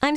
I'm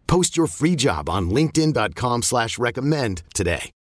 Post your free job on linkedin.com/recommend slash recommend today.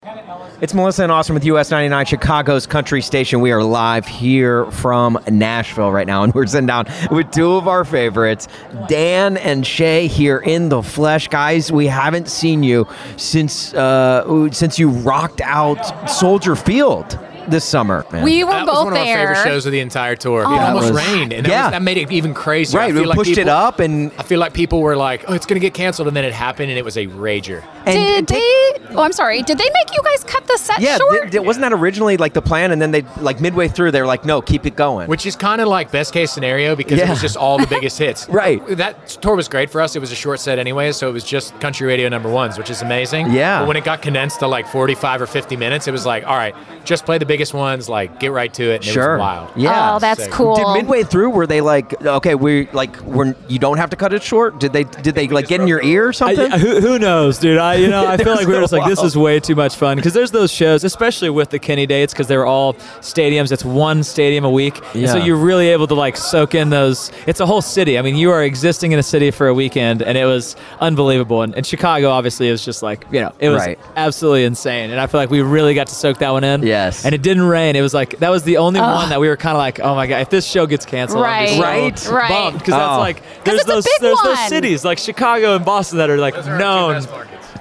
It's Melissa and Austin with US 99, Chicago's country station. We are live here from Nashville right now, and we're sitting down with two of our favorites, Dan and Shay, here in the flesh. Guys, we haven't seen you since uh, ooh, since you rocked out Soldier Field this summer. Man. We were that was both one of there. Oh. our favorite shows of the entire tour. it That almost was- rained, and that, Yeah. was, that made it even crazier. I right, feel we like pushed it people- up and I feel like people were like, "Oh, it's gonna get canceled," and then it happened, and it was a rager. and did they? Oh, I'm sorry. Did they make you guys cut the set yeah, short? th- th- wasn't that originally like the plan? And then they like midway through, they were like, "No, keep it going." Which is kind of like best case scenario because it Yeah. was just all the biggest hits. Right. That tour was great for us. It was a short set anyway, so it was just country radio number ones, which is amazing. Yeah. But when it got condensed to like 45 or 50 minutes, it was like, all right, just play the biggest ones, like get right to it. And It sure, was wild. yeah, oh, that's sick. cool. Did midway through were they like okay we like we're you don't have to cut it short? Did they did they like get in your ear or something? I, who, who knows, dude? I you know I feel like we were just like this is way too much fun because there's those shows, especially with the Kenny dates, because they were all stadiums. It's one stadium a week, and so Yeah. you're really able to like soak in those. It's a whole city. I mean, you are existing in a city for a weekend, and it was unbelievable. And, and Chicago obviously is just like you know it was Right. absolutely insane, and I feel like we really got to soak that one in. Yes. and it didn't rain. It was like that was the only one that we were kind of like, oh my god, if this show gets canceled, I'll be so Right. Right. Right. bummed because Oh. that's like there's it's a those big there's those one. cities like Chicago and Boston that are like known.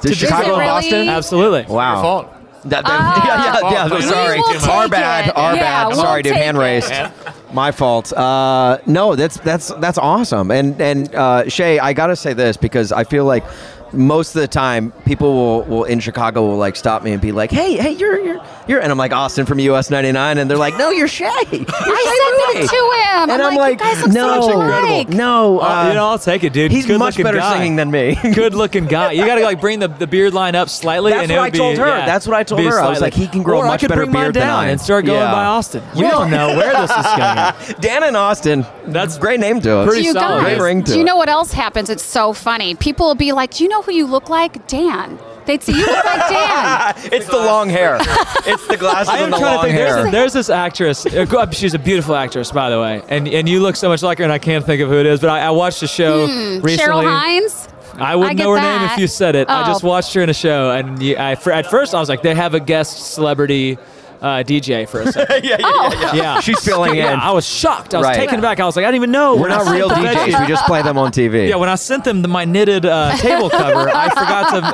Did Is it Chicago and really- Boston? Absolutely. Your Wow. fault. That, that, yeah, yeah, yeah, We sorry. will Our Ah. take bad. it. Our Yeah, bad. we'll sorry, dude. take Hand it. raised. My fault. Uh, no, that's that's that's awesome. And and uh, Shay, I gotta say this because I feel like most of the time people will, will in Chicago will like stop me and be like, hey, hey, you're you're you're, and I'm like Austin from US 99, and they're like, no, you're Shay. You're I Shay I said that Mooney." to him. And I'm like, you guys look no, so much alike. no, I'll- uh, you know, I'll take it, dude. he's Good much looking better guy. singing than me. Good looking guy. You gotta like bring the, the beard line up slightly. That's and it what would I told be, her. yeah, That's what I told be her. I was slightly. like, he can grow a Or I much could better bring mine beard than down I. and start going Yeah. by Austin. We don't know where this is going. Dan and Austin. That's great name to it. pretty you solid. Great guys, ring to do you it. know what else happens? It's so funny. People will be like, "Do you know who you look like, Dan?" They'd say, "You look like Dan." It's the long hair. it's the glasses I am and the trying to long think. There's, hair. a, there's this actress. uh, go- She's a beautiful actress, by the way, and and you look so much like her, and I can't think of who it is. But I, I watched a show Cheryl recently. Hines. I I wouldn't get know her name that. if you said it. I Oh. just watched her in a show, and you, I, for, at first I was like, they have a guest celebrity uh, DJ for a Oh. second. yeah, yeah, She's filling Yeah, in. I was shocked. I was Right. taken aback. I was like, I didn't even know. We're When I not sent real them that DJs. shit- We just play them on TV. Yeah, when I sent them the, my knitted uh, table cover, I forgot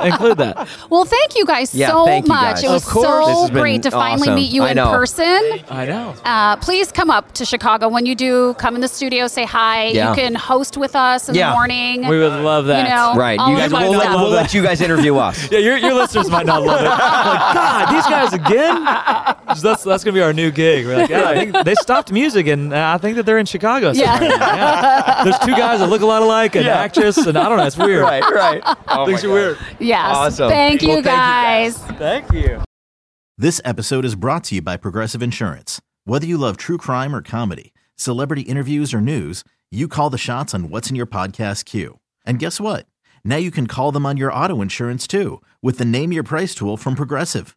to include that. Well, thank you guys Yeah, so thank you much. guys. It Of was course. This has so been great to finally awesome. meet you I in know. person. I know. Uh, please come up to Chicago when you do. Come in the studio, say hi. Yeah. You can host with us in Yeah. the morning. We would love that. You know, right. all You of guys, that we'll, let, stuff. we'll let you guys interview us. Yeah, your, your listeners might not love it. Like, God, these guys again? That's, that's going to be our new gig. We're like, yeah, I think they stopped music, and uh, I think that they're in Chicago. Yeah. somewhere. Yeah. There's two guys that look a lot alike, an actress, and I don't know. It's weird. right, right. Oh Things are weird. Yes. Awesome. Thank you Well, thank you guys. guys. Thank you. This episode is brought to you by Progressive Insurance. Whether you love true crime or comedy, celebrity interviews or news, you call the shots on what's in your podcast queue. And guess what? Now you can call them on your auto insurance too with the Name Your Price tool from Progressive.